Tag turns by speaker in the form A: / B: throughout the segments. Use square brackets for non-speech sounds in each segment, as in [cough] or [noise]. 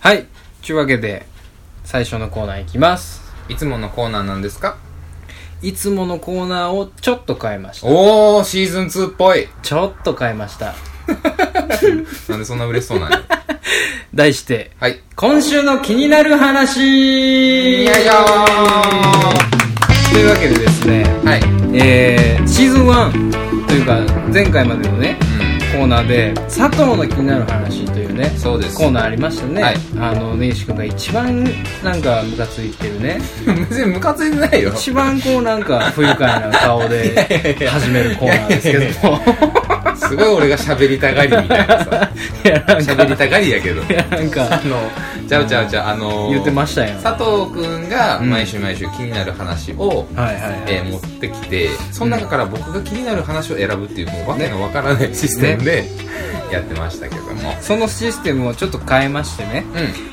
A: はい。というわけで、最初のコーナーいきます。
B: いつものコーナーなんですか
A: いつものコーナーをちょっと変えました。
B: おー、シーズン2っぽい。
A: ちょっと変えました。
B: なんでそんな嬉しそうな
A: [laughs]
B: んや。
A: 題して、
B: はい。
A: 今週の気になる話
B: よいしょー
A: というわけでですね、
B: はい。うん。
A: えー、シーズン1というか、前回までのね、コーナーで佐藤の気になる話というね
B: そうです
A: コーナーありましたね、
B: はい
A: あの根岸君が一番なんかムカついてるね
B: [laughs] 別にムカついてないよ。
A: 一番こうなんか不愉快な顔で始めるコーナーですけども
B: すごい俺が喋りたがりみたいなさ。
A: いやなんか
B: 喋りたがりやけど。
A: いやなん
B: あ
A: か
B: の、ちゃうちゃうちゃう、あの
A: 言ってましたよ
B: 佐藤くんが
A: うん
B: 毎週毎週気になる話を、
A: はいはいはい
B: えー持ってきてその中から僕が気になる話を選ぶっていうもうわけのわからないシステムで、やってましたけども
A: そのシステムをちょっと変えましてね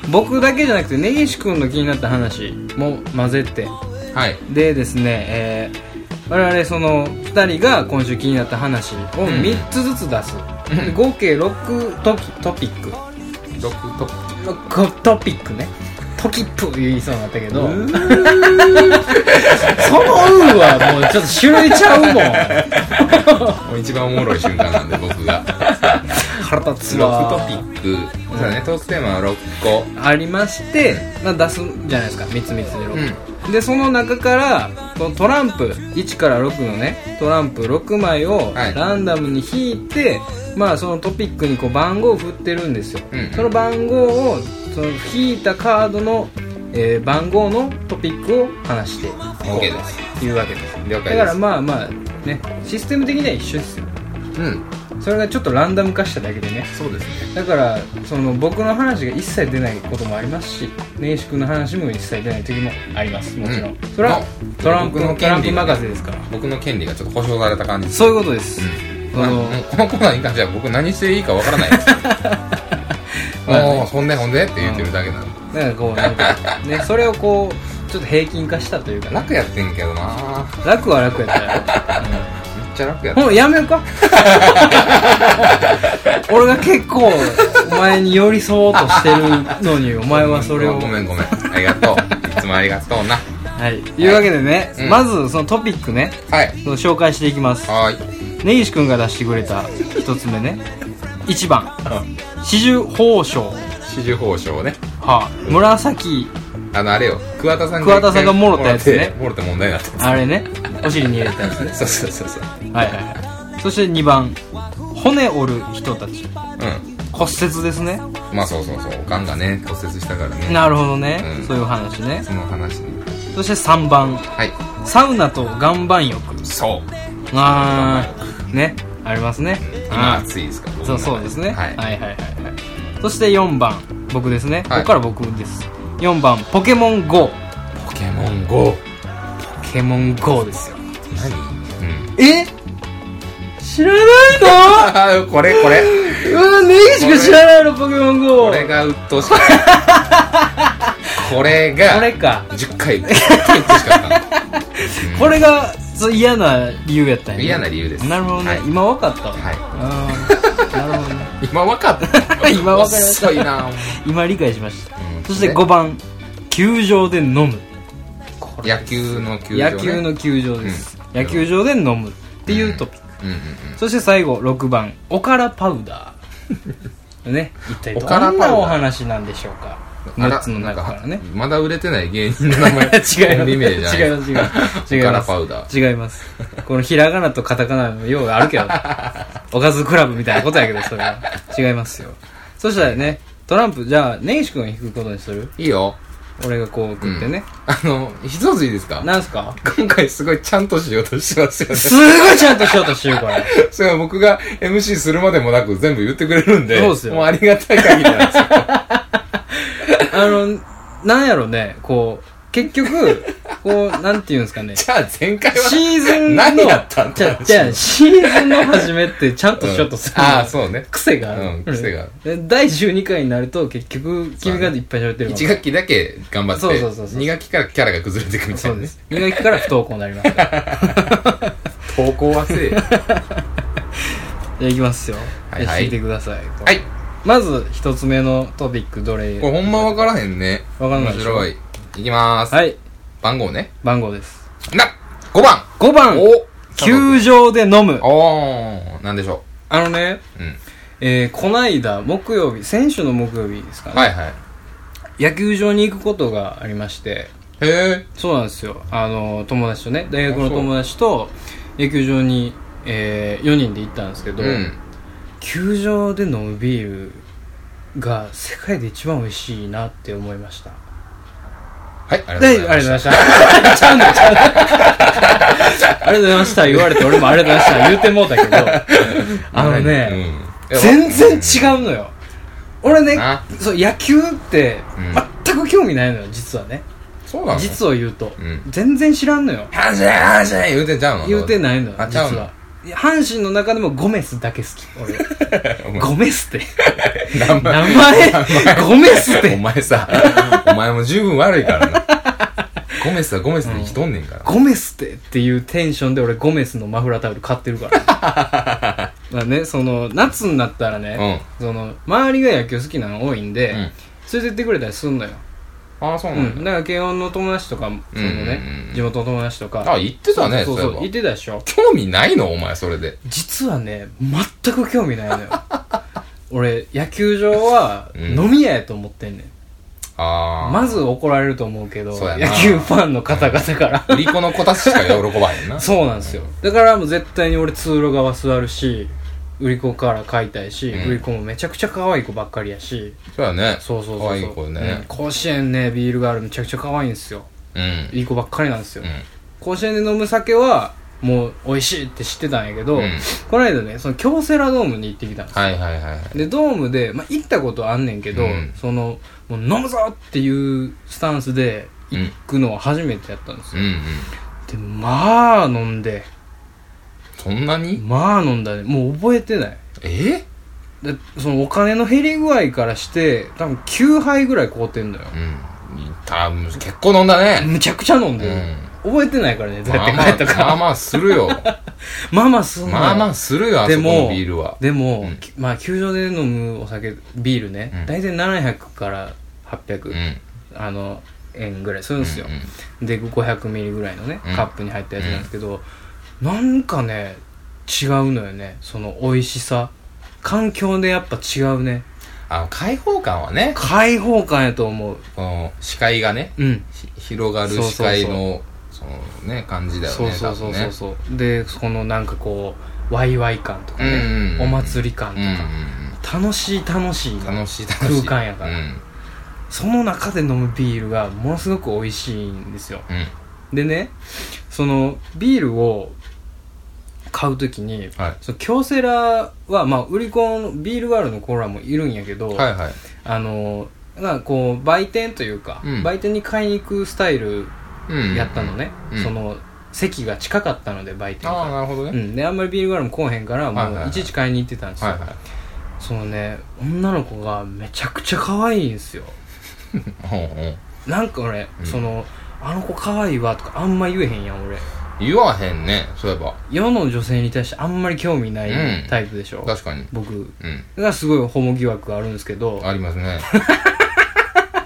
B: う
A: 僕だけじゃなくて根岸君の気になった話も混ぜて
B: んはい
A: でですね、えー我々その2人が今週気になった話を3つずつ出す、
B: うん
A: 合計6トキトピック
B: ロックトップ
A: 6トピックねトキップ言いそうになったけど [laughs] その「う」はもうちょっと種類ちゃうもん
B: もう一番おもろい瞬間なんで僕が
A: [laughs] 腹立つ
B: ロ
A: わ
B: ックトピックそうだねトークテーマは6個
A: ありまして、まあ、出すじゃないですか3つ3つで6、でその中からこのトランプ1から6のねトランプ6枚を
B: はい
A: ランダムに引いて、まあそのトピックにこう番号を振ってるんですよ、
B: うんうん
A: その番号をその引いたカードの、えー番号のトピックを話していこう
B: OK です
A: というわけです
B: 了
A: だか
B: 解で
A: ら
B: す
A: まあまあねシステム的には一緒ですよ
B: うん
A: それがちょっとランダム化しただけでね
B: そうですね
A: だからその僕の話が一切出ないこともありますし根岸君の話も一切出ない時もありますもちろん、
B: うん
A: それは
B: まあ
A: トランプ
B: 僕の
A: トランプ
B: 権利がね
A: 任せですから
B: 僕の権利がちょっと保障された感じです
A: そういうことです、
B: うん
A: そ
B: まあ
A: の
B: もうこのコーナーに関しては僕何していいかわからないです
A: [laughs] まあね
B: もうほんでほんでって言ってるだけなんで
A: なんかこうなんかねそれをこうちょっと平均化したというかな
B: 楽やってんけどな
A: 楽は楽や
B: [laughs]
A: ったよ、
B: めっちゃ楽やっ
A: うん、
B: て
A: もうやめようか [laughs] 俺が結構お前に寄り添おうとしてるのにお前はそれを
B: [laughs] ごめんごめんありがとういつもありがとうな
A: はいいうわけでね、
B: うん
A: まずそのトピックね
B: はい
A: その紹介していきます
B: はーい
A: 根岸君が出してくれた一つ目ね1番四十宝章
B: 四十報奨ね
A: はあ紫
B: あのあれよ桑田さんが
A: 桑田さんがもろたやつね
B: もろてもろて問題になった
A: あれねお尻に入れたやつね
B: そうそうそうそう
A: はいはいはいそして2番骨折る人たち
B: う
A: 骨折ですね
B: んまあそうそうそうおかんがね骨折したからね
A: なるほどね、
B: うん
A: そういう話ね
B: その話ね
A: そして3番
B: はい
A: サウナと岩盤浴
B: そう
A: あーねありますね
B: 今
A: あー
B: 暑いですから僕
A: そ
B: の
A: う
B: 中
A: そうですね、
B: はい
A: はいはいはいはいそして4番僕ですね、
B: はい
A: ここから僕です4番ポケモン GO ポ
B: ポケモン GO
A: ケモン GO ですよ
B: 何うん
A: え知らない
B: [laughs]
A: の
B: ああこれこ
A: [laughs]
B: れ
A: うわ、ネギしか知らないの、ポケモン GO!
B: これが鬱陶
A: [laughs]
B: しかったこれ
A: これ
B: が
A: か。
B: 10回10回鬱陶しかった
A: これが、そう嫌な理由やったんや、
B: 嫌な理由です
A: なるほどね。
B: はい
A: 今わかったわ。
B: はい
A: あーなるほど
B: [laughs]
A: ね。
B: 今わかった
A: [laughs] 今わかりました
B: 遅いな
A: 今理解しました。
B: う
A: [laughs]
B: ん
A: そして5番、球場で飲む。
B: 野球の球場ね
A: 野球の球場です。野球場で飲むっていうトピック。
B: うんうん
A: そして最後、6番、おからパウダ
B: [laughs]
A: ー。ね、一体ど
B: おからパ
A: ん
B: ウダ
A: な
B: ー
A: お話なんでしょうか。
B: うんあ
A: 6つの中からね
B: なん。まだ売れてない芸人の
A: [laughs]
B: 名
A: 違います。違います。違います。違います。違い
B: 前コ
A: ます。
B: ンビ名じゃないおからパウダ
A: 違います。このひらがなとカタカナの用があるけど、
B: [laughs]
A: おかずクラブみたいなことやけど、それは。違いますよ。そしたらね、トランプ、じゃあ、根岸君が引くことにする
B: いいよ
A: 俺がこう送ってね。
B: あの一ついいですか
A: なんすか
B: 今回すごいちゃんとしようとしてますよね
A: すごいちゃんとしようとしてる、こ
B: [laughs]
A: れ。
B: それは僕が MC するまでもなく全部言ってくれるんで、
A: そうですよ
B: もうありがたい限りなんです
A: [laughs]
B: よ。
A: あの、なんやろね、こう、結局、こう、なんていうんですかね。
B: じゃあ前回は。
A: シーズンの、
B: [laughs] 何やったん
A: じゃあ、じゃあシーズンの始めってちゃんとしようとするの。
B: うんああ、そうね。
A: 癖がある、
B: うん癖がある
A: で第12回になると結局君がいっぱい喋ってる
B: 1
A: から
B: 学期だけ頑張って、
A: そうそうそうそう
B: 2学期からキャラが崩れていくみたい
A: そ
B: な
A: う
B: ね。
A: です2学期から不登校になり
B: [laughs]
A: ますから
B: 投稿はせえ。
A: じゃあいきますよ
B: はいはい
A: じゃあ聞いてください
B: はいい。
A: まず一つ目のトピックどれ
B: これほんま分からへんね。
A: 分からないで
B: 面
A: しょ
B: 白い。いきまーす。
A: はい
B: 番号ね。
A: 番号です
B: な !5 番
A: 5番
B: お
A: 球場で飲む
B: おー、なんでしょ
A: あのね
B: う。うん。
A: えー、こないだ木曜日先週の木曜日ですかね、
B: はいはい。
A: 野球場に行くことがありまして
B: へ
A: そうなんですよあの友達とね大学の友達と野球場に、え4人で行ったんですけ
B: え。
A: ど、
B: うん。
A: 球場で飲むビールが世界で一番美味しいなって思いました
B: はい、ありが
A: はい
B: とうございま
A: あり
B: す。
A: がとうございましたちゃうねんちゃうねんありがとうございました言われて俺もありがとうございました言うてもうたけどあのね、
B: うん、
A: 全然
B: う。
A: 違うのよ俺ね
B: な
A: そう野球って
B: うん
A: 全く興味ないのよ実はね
B: そうなの
A: 実を言うと、
B: うん
A: 全然知らんのよ
B: 阪神阪神言うてんちゃうの
A: 言うてないのよ
B: あち
A: 実
B: ゃうの
A: は阪神の中でもゴメスだけ好き [laughs]
B: お
A: 俺
B: 前
A: ゴメスって
B: [laughs] 名
A: 名前ゴメスっ
B: [laughs] お
A: て
B: 前さ、
A: [laughs]
B: お前も十分悪いからな。ゴメスはゴメスで生きとんねんから。
A: ゴメスってっていうテンションで俺ゴメスのマフラータオル買ってるからだ
B: [laughs]
A: からねその夏になったらね、その周りが野球好きなの多いんで、
B: うん
A: 連れてってくれたりすんのよ、
B: ああ、そう
A: う、
B: なんんだ。
A: だから慶音の友達とかもそのね、
B: うんうんうん
A: 地元の友達とか
B: あ、言ってたね、
A: そうそう
B: いえば
A: 言ってたでしょ
B: 興味ないのお前、それで。
A: 実はね全く興味ないのよ [laughs] 俺野球場は
B: うん
A: 飲み屋やと思ってんねん、
B: ああ。
A: まず怒られると思うけど
B: そうや
A: 野
B: な
A: 球ファンの方々から、
B: 売り子の子たちしか喜ばへんな。
A: [laughs] そうなんですよだからもう絶対に俺通路側座るし売り子から買いたいし、
B: うん
A: 売り子もめちゃくちゃ可愛い子ばっかりやし
B: そうやね。
A: そうそうそうそう
B: 可愛い子
A: うん
B: ね。
A: 甲子園ねビールがあるめちゃくちゃ可愛いんですよ
B: うん。
A: いい子ばっかりなんですよ、
B: うん。
A: 甲子園で飲む酒はもう美味しいって知ってたんやけど、
B: うん
A: この間ねその京セラドームに行ってきたんですよ
B: はいはいはいはい。
A: でドームで、まあ、行ったことはあんねんけど、
B: うん
A: そのもう飲むぞっていうスタンスで
B: うん。
A: 行くのは初めてやったんです
B: う
A: よ、
B: んうん。
A: でまあ飲んで
B: そんなに
A: まあ飲んだねもう覚えてない
B: え
A: でそのお金の減り具合からして多分9杯ぐらい買うてんのよ
B: うん。た結構飲んだね。
A: むちゃくちゃ飲んでる、覚えてないからねどうやって帰ったか、
B: まあまあ、まあまあするよ。
A: [laughs] まあまあすんのよ
B: まあまあするよ、あそ
A: で
B: こ
A: も
B: のビールは。
A: でも、
B: うん
A: きまあ球場で飲むお酒ビールね、
B: うん
A: 大体700から800、
B: うん。
A: あの円ぐらいするんですよ、
B: うんうん
A: で500ミリぐらいのね、
B: うん
A: カップに入ったやつなんですけど、なんかね違うのよねその美味しさ環境でやっぱ違うね
B: あの、開放感はね、
A: 開放感やと思う
B: この視界がね、
A: うん
B: ひ広がる
A: そうそう
B: 視
A: そう
B: 界の、そのね、感じだよ
A: そう
B: ね。
A: そうそうそう
B: 多
A: そう、でそのなんかこうワイワイ感とかね、
B: うんうんうん
A: お祭り感
B: 分
A: と
B: ね
A: か、楽しい楽しい
B: うんうんうん。楽しい楽しい。
A: 空間やから
B: うん。
A: その中で飲むビールがものすごく美味しいんですよ
B: うん。
A: でねそのビールを買うときに
B: は
A: その京セラは、まあ、売り子のビールガールのコーラもいるんやけど、
B: い。はいはい。
A: あのなんかこう売店というか、
B: うん
A: 売店に買いに行くスタイル
B: うん
A: やったの。ね、
B: うん
A: その席が近かったので売店
B: ああ、
A: が
B: なるほど
A: う
B: ね。
A: ん、であんまりビールガールも来おへんから
B: はいはい
A: も
B: は
A: う
B: い
A: いちいち買いに行ってたんですよ、
B: はいはい。
A: そのね女の子がめちゃくちゃ可愛いんですよ
B: ほうほう
A: なんか俺、
B: うん
A: そのあの子可愛いわとかあんま言えへんやん俺
B: 言わへんね、そういえば。
A: 世の女性に対してあんまり興味な
B: う
A: い
B: ん
A: タイプでしょ、
B: 確かに。
A: 僕
B: うん。
A: がすごいホモ疑惑があるんですけど
B: あります
A: [laughs]
B: ね。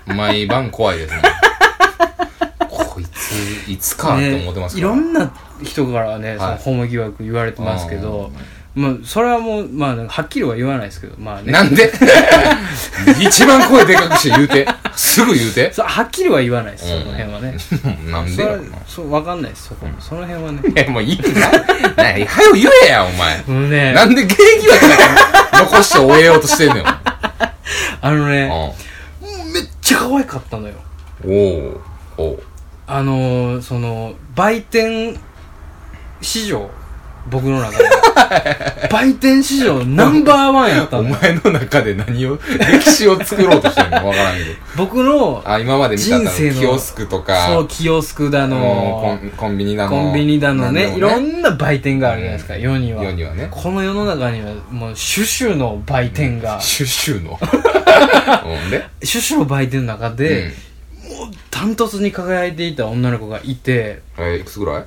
B: 毎晩怖いですね。こいつ、いつかって思ってます
A: ねい
B: から
A: ろんな人からね、
B: はい
A: そのホモ疑惑言われてますけど、まあ、それはもう、まあ、はっきりは言わないですけどまあね
B: なんで [laughs] 一番声でかくして言うて。すぐ言うて。
A: [laughs] そうはっきりは言わないです、
B: うん
A: その辺はね
B: なん
A: そ
B: で
A: れ
B: やろ
A: は
B: な。
A: そう分かんないですそこ、その辺はね
B: いや、もういいな。な、はよ言えや、お前。
A: もうね
B: なんで現役だけだけ残して終えようとしてんねん。
A: あの
B: お
A: ねめっちゃ可愛かったのよ
B: おうおう
A: あのー、その売店市場僕の中で
B: [laughs]
A: 売店市場ナンバーワンやった
B: お
A: のよ
B: 前の中で何を、歴史を作ろうとしてんのわからんけど。
A: 僕の
B: あ、今まで見た
A: 人
B: の
A: 生の
B: キオスクとか。
A: そうキオスクだの
B: もうコンコンビニだの
A: コンビニだのね
B: なん
A: い
B: だ
A: ろ
B: ろうね
A: んな売店があるじゃないですか、世には
B: 世にはね
A: この世の中にはもう種々の売店が、
B: シュッシ
A: [laughs]
B: ュのうんで
A: 種々の売店の中で、もうダントツに輝いていた女の子がいて
B: うんえいくつぐらい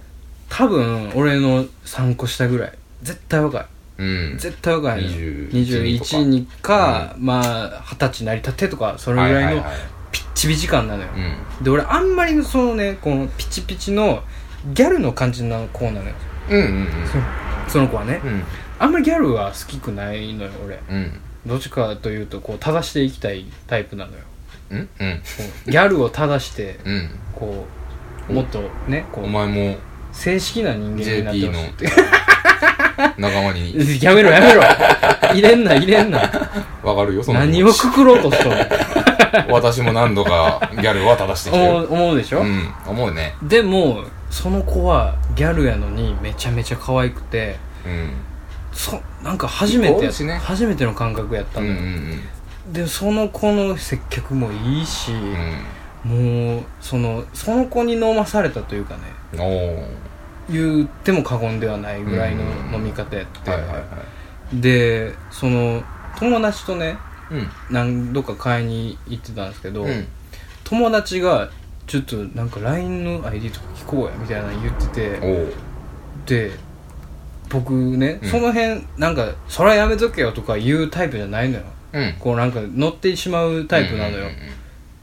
A: 多分俺の3個下ぐらい絶対若い
B: うん
A: 絶対若いの
B: 21
A: 21にか、まあ二十歳成り立てとかそれぐらいの
B: はいはいはい
A: ピッチピチ感なのよ、
B: うん
A: で俺あんまりそのねこのピチピチのギャルの感じの子なのよ
B: うんうん
A: その子はね、
B: うん
A: あんまりギャルは好きくないのよ俺
B: うん
A: どっちかというとこう正していきたいタイプなのよ
B: うんうん
A: こうギャルを正して
B: うん
A: こうもっとねこ
B: お
A: う
B: 前も
A: 正式な人間になっ
B: JP
A: て
B: の
A: ほしい
B: 仲間に
A: やめろやめろ入れんな入れんな
B: わかる [laughs] よその気持ち
A: 何をくくろうとしとる
B: 私も何度かギャルは正してきて
A: 思
B: る
A: う思うでしょ、
B: うん思うね
A: でもその子はギャルやのにめちゃめちゃ可愛くて
B: うん
A: そなんか初め
B: いい
A: て
B: 子多
A: や
B: いしね
A: 初めての感覚やった
B: うん
A: の
B: う
A: よ、
B: ん
A: でその子の接客もいいし、
B: う
A: もうそのその子に飲まされたというかね
B: んおー
A: 言っても過言ではないぐらいの飲み方やって、
B: はいはいはい
A: でその友達とね
B: うん
A: 何度か買いに行ってたんですけど、
B: うん
A: 友達がちょっとなんか LINE の ID とか聞こうやみたいなの言ってて
B: おー
A: で僕ね、
B: うん
A: その辺なんか「それはやめとけよ」とか言うタイプじゃないのよ
B: うん
A: こうなんか乗ってしまうタイプなのよ、
B: うんうんうん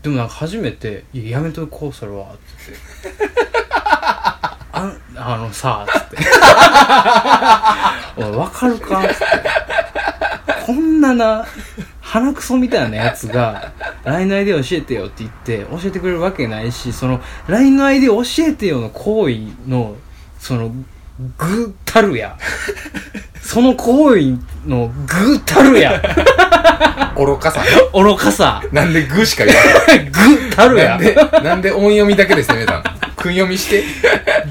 A: でもなんか初めて「いややめとこうそれは」っつって「あんあのさ」っつって「おいわかるか?」っつってこんなな鼻くそみたいなやつが LINE の ID 教えてよって言って教えてくれるわけないしその LINE の ID 教えてよの行為のそのぐったるやその行為のぐったるや
B: 愚かさ
A: 愚かさ
B: なんでグーしか言わ
A: ぐったる
B: ないな
A: や
B: んでなんで音読みだけで攻めたの訓読みして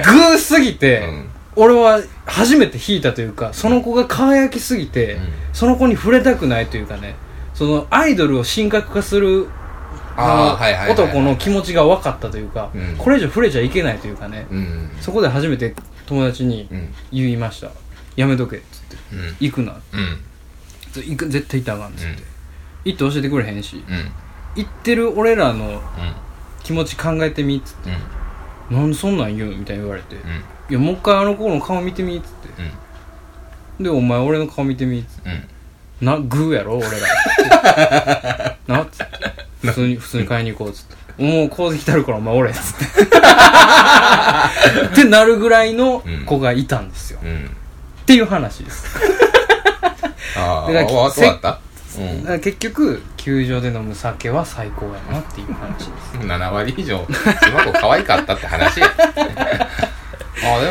A: グーすぎて、
B: うん
A: 俺は初めて引いたというかその子が輝きすぎて、
B: うん
A: その子に触れたくないというかねそのアイドルを神格化する
B: あー
A: あの
B: はいはいはい
A: 男の気持ちが分かったというか、
B: うん
A: これ以上触れちゃいけないというかね、
B: うん
A: そこで初めて友達に
B: うん
A: 言いました「やめとけ」っつって
B: うん
A: 「行くな
B: うん」
A: 行く絶対行ったらあかん」っつって、
B: うん
A: 行って教えてくれへんし
B: うん
A: 行ってる俺らの
B: うん
A: 気持ち考えてみっつって「
B: う
A: なんでそんなん言う?」みたいに言われて「
B: ん
A: いやもう一回あの子の顔見てみ」っつって
B: うん
A: で、お前俺の顔見てみ、つって
B: うん
A: な、グーやろ俺
B: [laughs]
A: ら。な、つって。普通に、普通に買いに行こう、つって。もうこうできたるからお前俺や、つって。
B: [laughs]
A: ってなるぐらいの子がいたんですよ。
B: うん
A: っていう話です。
B: ああ
A: でだから
B: 終わったう
A: だ
B: ん
A: から結局、球場で飲む酒は最高やなっていう話です。
B: 7割以上その子可愛かったって話あで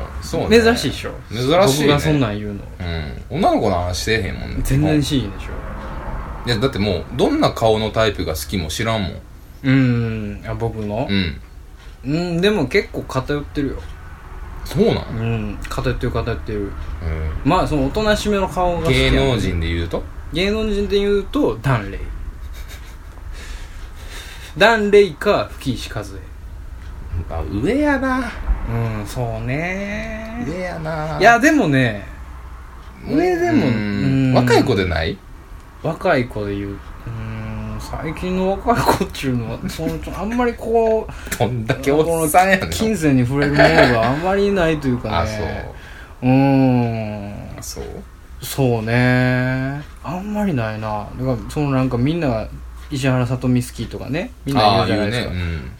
B: もそうね
A: 珍しいでしょ
B: 珍しいね
A: 僕がそんなん言うの。
B: うん女の子の話してへんもんね
A: 全然
B: うん
A: しいでしょ
B: いやだってもうどんな顔のタイプが好きも知らんもん
A: うーん、あ僕の
B: うん
A: うん、でも結構偏ってるよ。
B: そうな
A: う
B: の
A: ん、偏ってる偏ってる。まあ、そのおとなしめの顔が好きや
B: 芸
A: ね
B: 能人で言うと
A: 芸能人で言うとダ [laughs] ンレイダンレイか吹石和恵
B: あ上やな
A: うんそうね
B: 上やない
A: やでもね上でもうん
B: 若い子でない
A: 若い子で言ううーん最近の若い子っちゅうのはそのちょあんまりこ
B: [laughs]
A: う
B: どんだけおっさんやねん
A: 金銭に触れるものがあんまりないというか
B: あ
A: ね
B: そ
A: ー
B: う
A: ん
B: うあそう
A: そうねあんまりないなだからそのなんかみんなが石原さとみ好きとかねみんな言
B: あ
A: う
B: あ
A: じゃ
B: 言
A: な
B: う
A: いで
B: ね
A: すか、
B: うん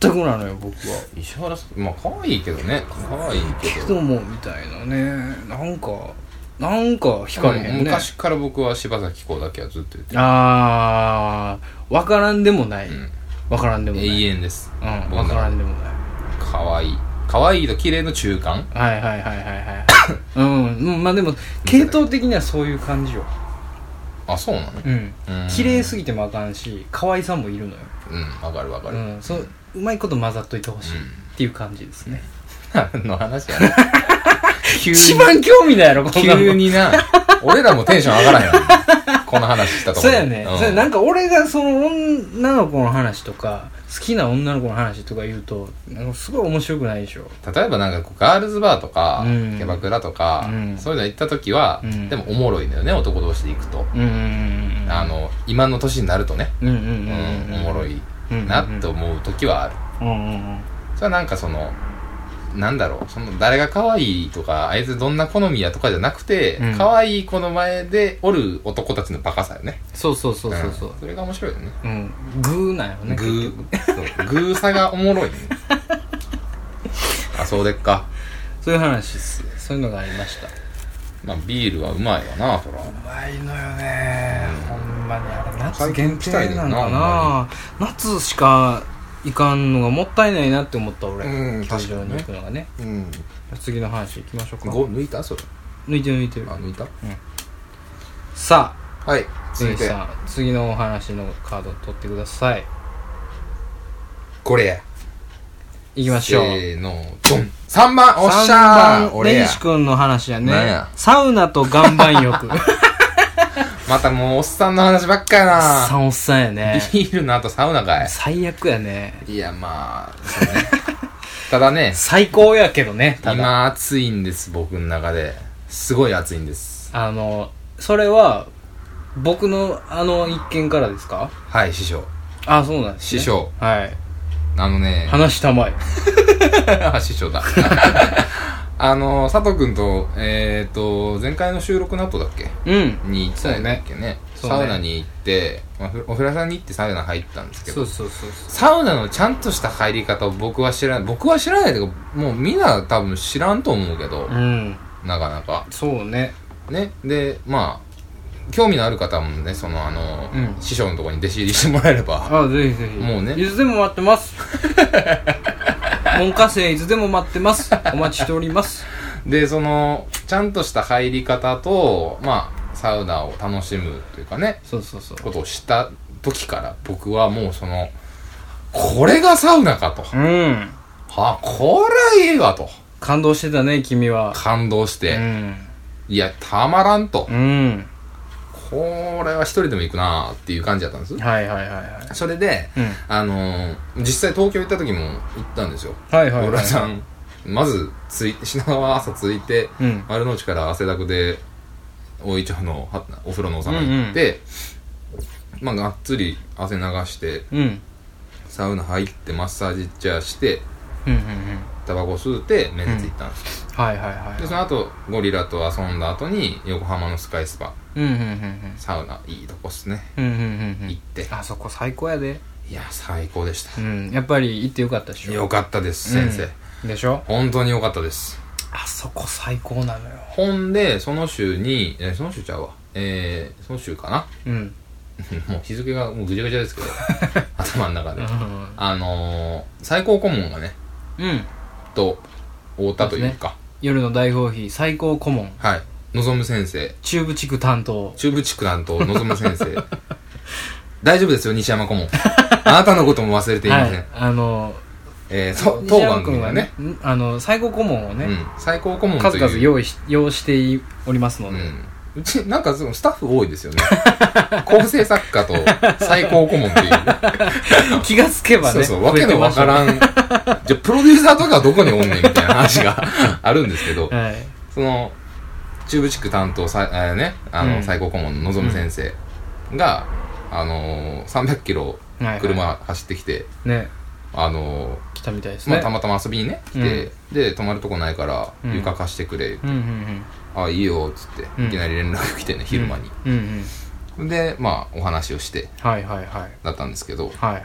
A: 全くなのよ僕は
B: 石原さんまあ可愛いけどね可愛いけ
A: け
B: ど
A: どもみたいなねなんかなんか惹かれへんね
B: 昔から僕は柴咲コウだけはずっと言ってる
A: ああ分からんでもない、
B: うん
A: 分からんでもない
B: 永遠です
A: うん
B: 僕
A: 分か
B: の
A: らんでもない
B: 可愛い可愛いと綺麗の中間
A: はいはいはいはい [laughs] はいうんうんまあでも系統的にはそういう感じよ
B: あそうなの
A: うん
B: うん
A: 綺麗すぎてもあかんし可愛さもいるのよ、
B: うん [laughs] わかるわか
A: う
B: る
A: ん、そううまいこと混ざっといてほしいっていう感じですね、
B: 何の話
A: [laughs]
B: やね急
A: 一
B: に
A: 番興味ないやろこんなの
B: 急にな俺らもテンション上がらへん
A: [laughs]
B: よこの話したとこ
A: そ
B: ろ
A: う
B: で
A: やね、
B: ん
A: そうやなんか俺がその女の子の話とか好きな女の子の話とか言うとなんかすごい面白くないでしょ
B: 例えばなんかこうガールズバーとか
A: うん
B: キャバクラとか
A: うん
B: そういうの行った時は
A: うん
B: でもおもろいのよね男同士で行くと
A: うんうん
B: あの今の年になるとね
A: うんうんう
B: うんんおもろい
A: うん
B: なって思う時はある
A: うんうんうん
B: それはなんかそのなんだろうその誰が可愛いとかあいつどんな好みやとかじゃなくて、
A: うん
B: 可愛い子の前でおる男たちのバカさよね
A: そうそうそうそうそうん
B: それが面白いよね
A: うんグーなんやろね
B: グーそうグーさがおもろ
A: [laughs]
B: いねあそうでっか
A: そういう話ですそういうのがありました
B: まあビールはうまいわなそら
A: うまいのよねほんまにあれ夏
B: 最近
A: 限
B: 来たい
A: 定
B: ねん
A: な
B: なん
A: かな夏しか行かんのがもったいないなって思った俺
B: うん
A: 球
B: 確か
A: 場
B: に
A: に
B: ね
A: 行くのがね
B: うん
A: 次の話行きましょうか
B: 5抜いたそれ
A: 抜いてる抜いてる
B: あ抜いた
A: さあ
B: はい続
A: 次
B: いて
A: さん次のお話のカード取ってください
B: これや
A: 行きましょう
B: せーのドン3番おっし
A: 三
B: ゃー
A: 番
B: 俺
A: 根
B: や
A: 岸君の話やね
B: なんや
A: サウナと岩盤
B: [laughs]
A: 浴
B: またもうおっさんの話ばっかやな
A: 三おっさんや
B: [laughs]
A: ね
B: ビールの後サウナかい
A: 最悪やね
B: いやまあそうね [laughs] ただね
A: 最高やけどねただ
B: 今暑いんです僕の中ですごい暑いんです
A: あのそれは僕のあの一件からですか
B: はい師匠
A: あそうなんです、ね、
B: 師匠
A: はい
B: あのね
A: 話したまい
B: あ [laughs] 師匠だあの佐藤君とえっ、と前回の収録の後だっけ
A: うん
B: に行ったんだっけね
A: そうね
B: サウナに行って、まあふお風呂屋さんに行ってサウナ入ったんですけ
A: そ
B: ど
A: うそうそうそ
B: サウナのちゃんとした入り方を僕は知らない僕は知らないけどもうみんな多分知らんと思うけど、
A: ううん
B: なかなか
A: そうね
B: ねでまあ興味のある方もねそのあの、
A: うん
B: 師匠のところに弟子入りしてもらえれば
A: あぜひぜひ
B: もうね
A: いつでも待ってます [laughs] 門下生いつでも待ってますお待ちしております
B: でそのちゃんとした入り方とまあサウナを楽しむというかね
A: そうそうそう
B: ことをした時から僕はもうそのこれがサウナかと、
A: うん
B: あこれはいいわと
A: 感動してたね君は
B: 感動し
A: う
B: て、
A: ん
B: いやたまらんと、
A: うん
B: これは一人でも行くなーっていう感じだったんです
A: はいはいはいはい
B: それで、
A: うん
B: あのー実際東京行った時も行ったんですよ
A: はいはい
B: 小
A: は
B: 倉
A: い
B: さんまずつい品川朝着いて、
A: うん
B: 丸の内から汗だくで大井町のはお風呂のおさまに行って、まあがっつり汗流して
A: うんうん
B: サウナ入ってマッサージチャーして
A: うんうん
B: タバコ吸うてメンズ行ったんですよ、
A: はいはいはい
B: でその後ゴリラと遊んだ後に横浜のスカイスパ
A: うんうんうん
B: サウナいいとこっすね
A: うんうんうんうん
B: 行って
A: あそこ最高やで
B: いや最高でし
A: う
B: た、
A: んやっぱり行ってよかったでしょ
B: よかったです先生、
A: でしょ
B: 本当によかったです
A: あそこ最高なのよ
B: ほんでその週にえその週ちゃうわえー、その週かな
A: う
B: [laughs]
A: ん
B: もう日付がもうぐちゃぐちゃですけど
A: [laughs]
B: 頭の中で、
A: うん
B: あのー、最高顧問がね
A: うん
B: と太田というか
A: 夜の大コーヒー最高顧問
B: はい望む先生
A: 中部地区担当
B: 中部地区なんと望む先
A: [laughs]
B: 生大丈夫ですよ西山顧問あなたのことも忘れていません、
A: [laughs] はいあの
B: えー、と当
A: 西山
B: 番
A: 君
B: 組
A: は
B: が
A: ね
B: ね
A: んあの最高顧問を
B: う
A: ね
B: ん、最高顧問という
A: 数々用意し用意しておりますの
B: う
A: で
B: んうち、なんかそのスタッフ多いですよね。 [laughs] 構成作家と最高顧問
A: [laughs]
B: っていう。
A: 気がつけばね
B: そうそう、わけのわからん。 [laughs] じゃあ、プロデューサーとかはどこにおんねんみたいな話
A: [laughs]
B: があるんですけど
A: 増えて、まし
B: その、中部地区担当さ、えーね、あの、
A: うん
B: 最高顧問ののぞむ先生が、あのー、300キロ
A: たはいはい
B: 車走ってきて、
A: ね
B: あのー、
A: 来たみたいです
B: まあ、
A: ね
B: たまたま遊びにね、来て、で、泊まるとこないから、
A: うん
B: 床貸してくれ、
A: うんうん
B: あ、いいよ、つって
A: う、ん
B: いきなり連絡来てね、昼間に。
A: うんうんうん
B: で、まあ、お話をして、
A: はいはいはい
B: だったんですけど、
A: はいはい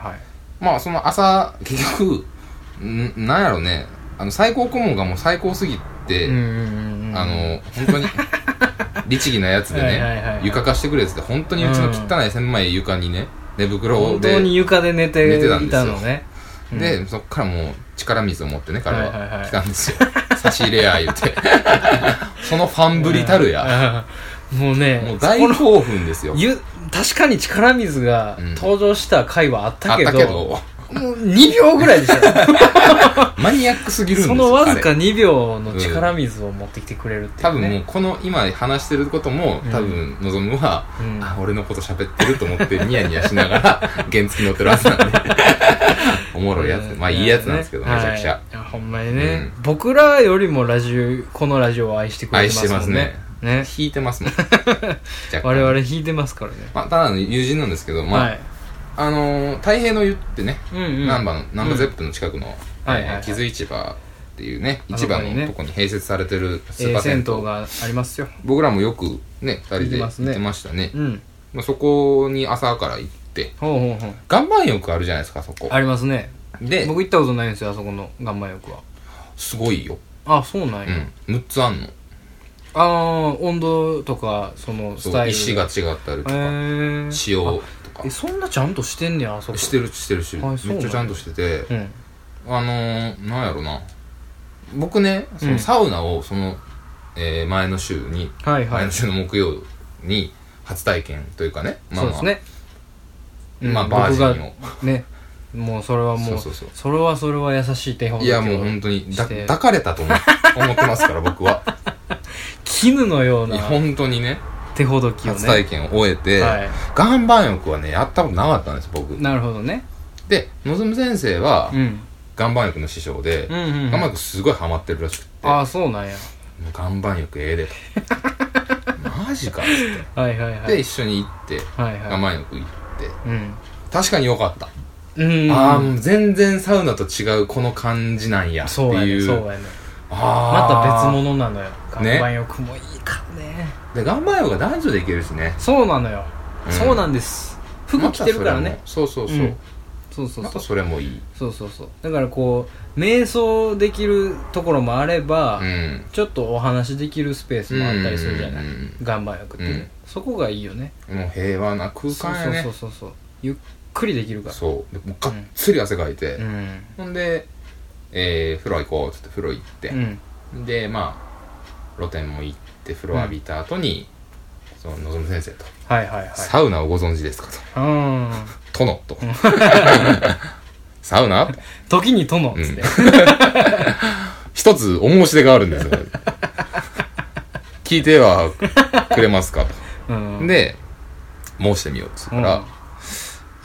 B: まあ、その朝、結局、んなんやろね、あの、最高顧問がもう最高すぎて、
A: うんうんうん
B: あの、本
A: [laughs]
B: 当に、律儀なやつで
A: はいはいはい
B: ね
A: は、い
B: 床貸してくれっつって、本当にうちの汚い狭い床にね、寝袋
A: 本当に
B: で、
A: 床で寝て
B: 寝てたん
A: い
B: です
A: た
B: よ
A: のねうん
B: で、そっからもう、力水を持ってね、彼
A: はいはいは
B: はい来たんですよ。差し入れ
A: [laughs]
B: や、言うて。そのファンぶりたるや。
A: うんもうね
B: もう大興奮ですよ。
A: ゆ確かに力水が
B: うん
A: 登場した回はあっ
B: あ
A: た
B: っ
A: けど,、
B: たけど、
A: もう2秒ぐらいでし
B: マニアックすぎ
A: ょ
B: るんです
A: そ
B: よ。
A: のわず
B: 彼
A: か2秒の力水を持ってきてくれるってい
B: 多
A: う、
B: 分も
A: ね
B: うこの今話してることも多分望むは、
A: うん
B: あ俺のこと喋ってると思ってニヤニヤしながら
A: [laughs]
B: 原付乗ってるはずなんでおもろいやつ、
A: うん
B: まあいいやつなんですけど、
A: ね
B: めちゃくちゃ、
A: はいいやほんまにね、
B: う
A: 僕らよりもラジオこのラジオを愛してくれてますもんね
B: 愛して
A: ね
B: 引いてますもん
A: [laughs]
B: 若干
A: 我々弾いてますからね、
B: まあ、ただの友人なんですけど、まあ
A: はい
B: あのー、太平の湯ってね
A: うんうん
B: 難波、の難波ゼップの近くの、
A: はいはいはい
B: えー木津市場っていうね
A: あの
B: 市場
A: こにね
B: のとこに併設されてるス
A: え
B: ーパ
A: ー
B: ー銭
A: 銭
B: 湯
A: 湯がありますよ
B: 僕らもよくね2人
A: 行
B: で行
A: きま
B: っ
A: すね
B: てましたね
A: うん
B: まあ、そこに朝から行って
A: ほうほうほう
B: 岩盤浴あるじゃないですかそこ
A: ありますね
B: で
A: 僕行ったことないんですよあそこの岩盤浴は
B: すごいよ、
A: あそうなん
B: う
A: や、
B: ん、6つあんの
A: ああ温度とかそのス
B: そ
A: タ
B: う
A: イル
B: 石が違ったりと
A: へ
B: か
A: ー
B: 塩と
A: えそんなちゃんとしてんねやあそ
B: か
A: こ
B: してるしてるしてる
A: あ
B: めっ
A: そうなん
B: ち
A: や
B: ゃちゃんとしてて
A: うん
B: あのー、なんやろな僕ねそ
A: うん
B: のサウナをその、えー前の週に
A: はいは
B: 前
A: い
B: の週の木曜に初体験というかねまあ
A: そう
B: ま
A: で
B: あ
A: すねうん
B: まあバージンを
A: 僕がねもうそれはもう
B: そうそうそう
A: れはそれは優しい手本
B: いやもう本当にだ
A: して
B: 抱かれ
A: [laughs]
B: たと思思ってますから僕は
A: 絹のよう
B: いや
A: な
B: 本当にね
A: 手ほどきを
B: 初
A: ね
B: 体験を終えて、
A: はい
B: 岩盤浴はねやったことなかったんです僕
A: なるほどね
B: で望先生は
A: うん
B: 岩盤浴の師匠で、
A: うんうんうん
B: 岩盤浴すごいハマってるらしくって
A: ああそうなんや
B: もう岩盤浴ええ
A: [laughs]
B: でとマジかっつって
A: はいはいはい
B: で一緒に行って
A: はい
B: 岩
A: は
B: 盤浴行って
A: いうん
B: 確かに良かった、
A: うん
B: ああもう全然サウナと違うこの感じなんやって
A: そうや
B: い
A: ね
B: う
A: そうやねま
B: あ
A: た
B: あ
A: 別物なのよ
B: ね
A: 岩盤浴もいいからね
B: で岩盤浴が男女で行けるしね
A: そうなのよ
B: うん
A: そうなんです服着てるからね
B: またそれもそうそうそう、
A: うんそうそう
B: ま
A: そ
B: た
A: う
B: それもいい
A: そうそうそうだからこう瞑想できるところもあれば
B: うん
A: ちょっとお話できるスペースもあったりするじゃない
B: うんうんうん
A: 岩盤浴っていう
B: うん
A: そこがいいよね
B: もう平和な空
A: そう
B: 間やね
A: そうそうそうゆっくりできるから
B: そうでもうがっつり汗かいて、
A: うん
B: ほんで、えー、風呂行こうっつって風呂行って
A: う、ん
B: でまあ露天も行って風呂浴びた後に、その望先生と、
A: はいはいはい
B: サウナをご存知ですかと
A: うん
B: 「殿」と「 [laughs] サウナ?」
A: 時に殿っつって
B: 一つお申し出があるんですよ聞いてはくれますか
A: うん
B: とで申してみようっつったら「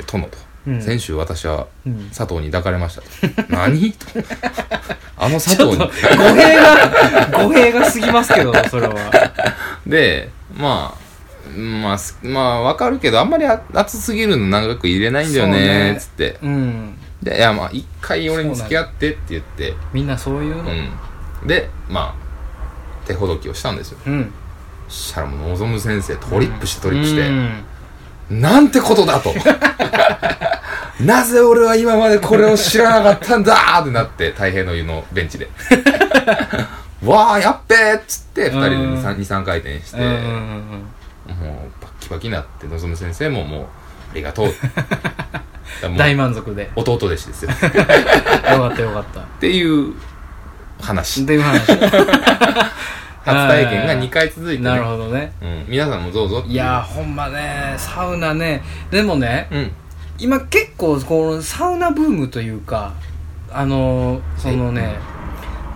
B: 殿」と
A: う
B: 「
A: ん
B: 先週私は
A: うん
B: 佐藤に抱かれました」と「何?」と「あの佐
A: ちょっ
B: 藤
A: と
B: に
A: 語弊が語弊が過ぎますけどそれは」
B: でまあまあ、すまあ、わかるけど、あんまりあ熱すぎるの長く入れないんだよ
A: そう
B: ね
A: ね、
B: つって。
A: うん
B: で、いや、まあ、一回俺に付き合ってって言って、
A: みんなそういうの
B: うん。で、まあ、手ほどきをしたんですよ。
A: うん
B: そしたらもう、望む先生、トリップしてトリップし
A: う
B: て、
A: ん
B: なんてこと
A: [laughs]
B: だと。なぜ俺は今までこれを知らなかったんだってなって、太平の湯のベ
A: [laughs]
B: ンチで。わあ、やっべーっつって、二人で
A: うん
B: 2、3, 2 3回転して、
A: うんうん
B: も
A: うん
B: う、バッキバキになって、望む先生ももう、あり
A: [laughs]
B: がとう。だか
A: う
B: らも
A: ん
B: う
A: 大満足でよ
B: 弟弟
A: [laughs]
B: 子ですよ。っ
A: かったよかった
B: ていう話。
A: っていう
B: [laughs]
A: 話
B: 初体験が2回続いて、ね、
A: なるほどね
B: うん、皆さんもどうぞっていう
A: いやーほんまねサウナねでもね
B: うん
A: 今結構このサウナブームというかあのーそのね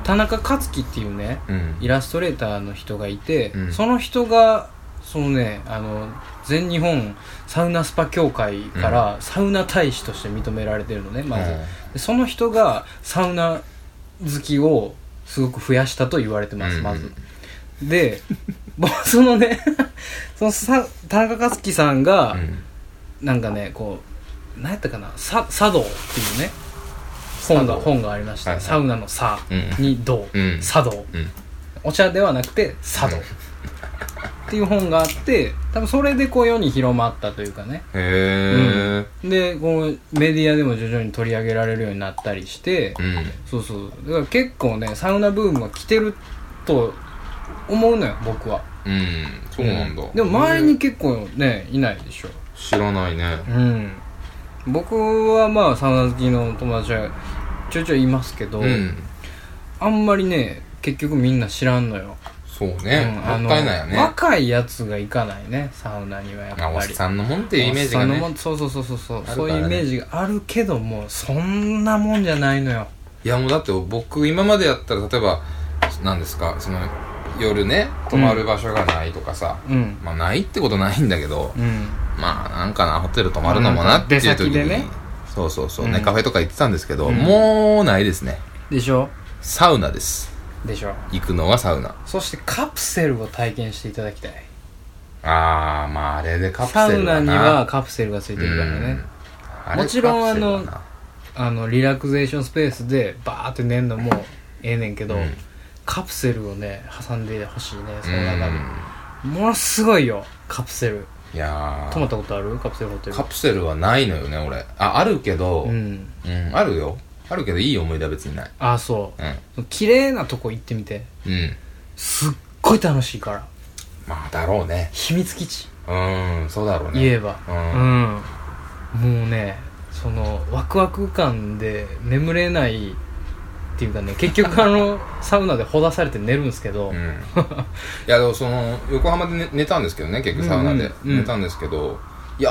A: 田中克樹っていうね
B: うん
A: イラストレーターの人がいて、
B: うん
A: その人がそのねあの全日本サウナスパ協会からサウナ大使として認められてるのねまず、でその人がサウナ好きをすごく増やしたと言われてます、
B: うん
A: まずで [laughs] もうそのね [laughs] そのさ田中克樹さんが、
B: うん
A: なんかねこう何やったかな「さ茶道」っていうね本が
B: 茶道
A: 本がありました、
B: はいはい
A: サウナの「さ
B: うん」
A: に「道」
B: うん
A: 茶道」
B: うん
A: お茶ではなくて茶道
B: うん
A: っていう本があって多分それでこう世に広まったというかね
B: へえ
A: でこうメディアでも徐々に取り上げられるようになったりして
B: うん
A: そうそうだから結構ねサウナブームが来てると思うのよ僕は
B: うん、そうなんだ、
A: でも周りに結構ねいないでしょ
B: 知らないね
A: うん僕はまあサウナ好きの友達はちょいちょいいますけど、
B: うん
A: あんまりね結局みんな知らんのよ
B: そう
A: う
B: ね、
A: ん
B: もったいないよ
A: あの
B: ね
A: 若いやつが行かないねサウナにはやっぱ
B: あ
A: り
B: おっさんのもんっていうイメージが
A: おっさんのも
B: ね
A: んそうそうそうそうそう、
B: あるか
A: そうい
B: らね
A: うイメージがあるけどもそんなもんじゃないのよ
B: いやもうだって僕今までやったら例えば何ですかその夜ね泊まる場所がないとかさ、
A: うん
B: まあないってことないんだけど、
A: うん
B: まあなんかなホテル泊まるのもなっていう時に
A: 出先でね
B: そうそうそう、
A: う
B: ね
A: ん
B: カフェとか行ってたんですけど、
A: うん
B: もうないですね
A: でしょ
B: サウナです
A: でしょ
B: 行くのはサウナ
A: そしてカプセルを体験していただきたい
B: ああまああれでカプセ
A: サウ
B: ル
A: ナ
B: だ
A: に
B: な
A: はカプセルがついてるからね
B: うんあれ
A: もちろん
B: カプセルだな
A: あのリラクゼーションスペースでバーって寝るのもええねんけど、
B: うん
A: カプセルをね挟んでほしいねその中に
B: い
A: ものすごいよカプセル
B: や
A: 泊ま
B: ー
A: ったことあるカプセルホテル
B: カプセルはないのよね俺ああるけど、
A: う
B: うん、
A: ん
B: あるよあるけどいい思い出は別にない
A: ああそ
B: うん
A: う綺麗なとこ行ってみて
B: うん
A: すっごい楽しいから
B: まあだろうね
A: 秘密基地
B: うーんそうだろうね
A: 言えば
B: う
A: うんん、もうねそのワクワク感で眠れないっていうかね結局あ
B: [laughs]
A: のサウナでほだされて寝るんですけど、
B: うんいやでもその横浜で寝寝たんですけどね結局サウナで
A: うんうんうん
B: 寝たんですけどいや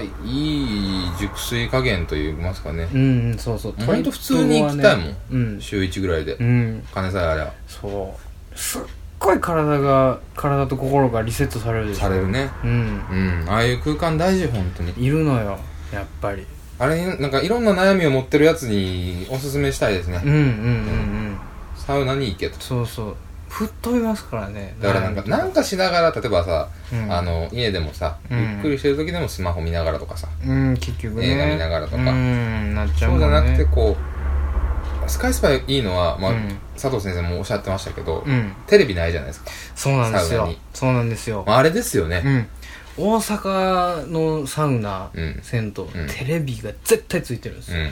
B: ーいい熟睡加減といいますかね
A: [laughs] うん、うん、そうそう
B: ほんと普通に行きたいも
A: ト
B: ん
A: リップはね
B: 週1ぐらいで
A: うん、うん、
B: 金さえあれば
A: そうすっごい体が体と心がリセットされるでしょ
B: されるね
A: うん
B: うんああいう空間大事本当に
A: いるのよやっぱり
B: あれなんかいろんな悩みを持ってるやつにおすすめしたいです
A: うん
B: ね
A: うんうんうん
B: サウナに行けと
A: そうそう吹っ飛びますからね
B: だからなんかなんかしながら例えばさ
A: うん
B: あの家でもさ
A: うん
B: ゆっくりしてる時でもスマホ見ながらとかさ
A: うん結局ね
B: 映画見ながらとか
A: うんなっちゃう
B: そ
A: も
B: うんじ
A: ね
B: ゃなくてこうスカイスパイいいのはまあ
A: うん
B: 佐藤先生もおっしゃってましたけど
A: うん
B: テレビないじゃないですか
A: そうなんです
B: サウナ
A: よ
B: に
A: そうなんですよ
B: まああれですよ
A: う
B: ね
A: ん大阪のサウナ
B: うん
A: 銭湯
B: ん
A: テレビが絶対ついてるんです
B: う
A: よ
B: ん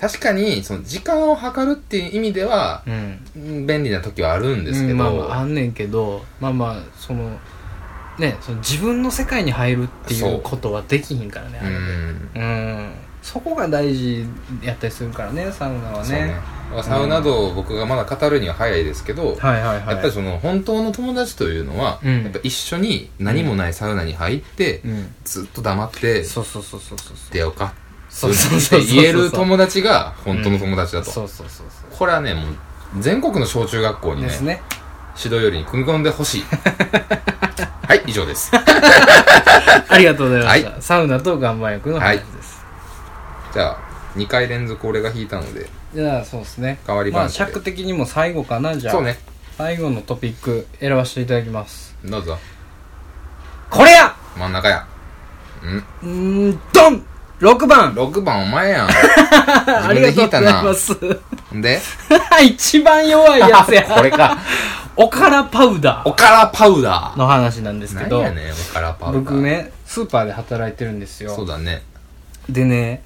B: 確かにその時間を計るっていう意味では
A: うん
B: うん便利な時はあるんですけ
A: うん
B: ど
A: まあまああんねんけどまあまあそのねその自分の世界に入るってい
B: そうう
A: ことはできひんからねあ
B: う
A: れで
B: ん
A: うんそこが大事やったりするからねサウナは
B: そうね
A: ね
B: サウナ道を僕がまだ語るには早いですけど、
A: はいはいはい
B: やっぱりその本当の友達というのは、
A: うん
B: やっぱ一緒に何もないサウナに入って、
A: うん
B: ずっと黙って
A: そうそうそうそうそう
B: 出ようか
A: そうそうそう
B: って言える友達が本当の友達だと、
A: そうそうそうそ
B: これはねもう全国の小中学校
A: う
B: にね
A: ですね
B: 指導よりに組み込んでほしいはい以上です
A: [laughs] ありがとうございました、
B: は
A: サウナと岩盤浴の話です、
B: じゃあ2回連続俺が引いたので
A: じゃあそうですね
B: 代わり
A: まあ
B: 番で、
A: 尺的にも最後かなじゃあ
B: そうね
A: 最後のトピック選ばせていただきます
B: どうぞ
A: これや
B: 真ん中や
A: うーんドン6番
B: 6番お
A: [laughs]
B: 前やん自
A: あ
B: 分
A: り
B: で
A: がとうご
B: 引いた
A: ざい
B: な
A: ます
B: で
A: [laughs] 一番弱いやつや
B: [laughs] これか
A: おからパウダ
B: おからパウダ
A: ーの話なんです
B: ー
A: け
B: 何
A: ど、
B: やねんおからパウダー
A: 僕ねスーパーで働いてるんです
B: そう
A: よ
B: だね
A: でね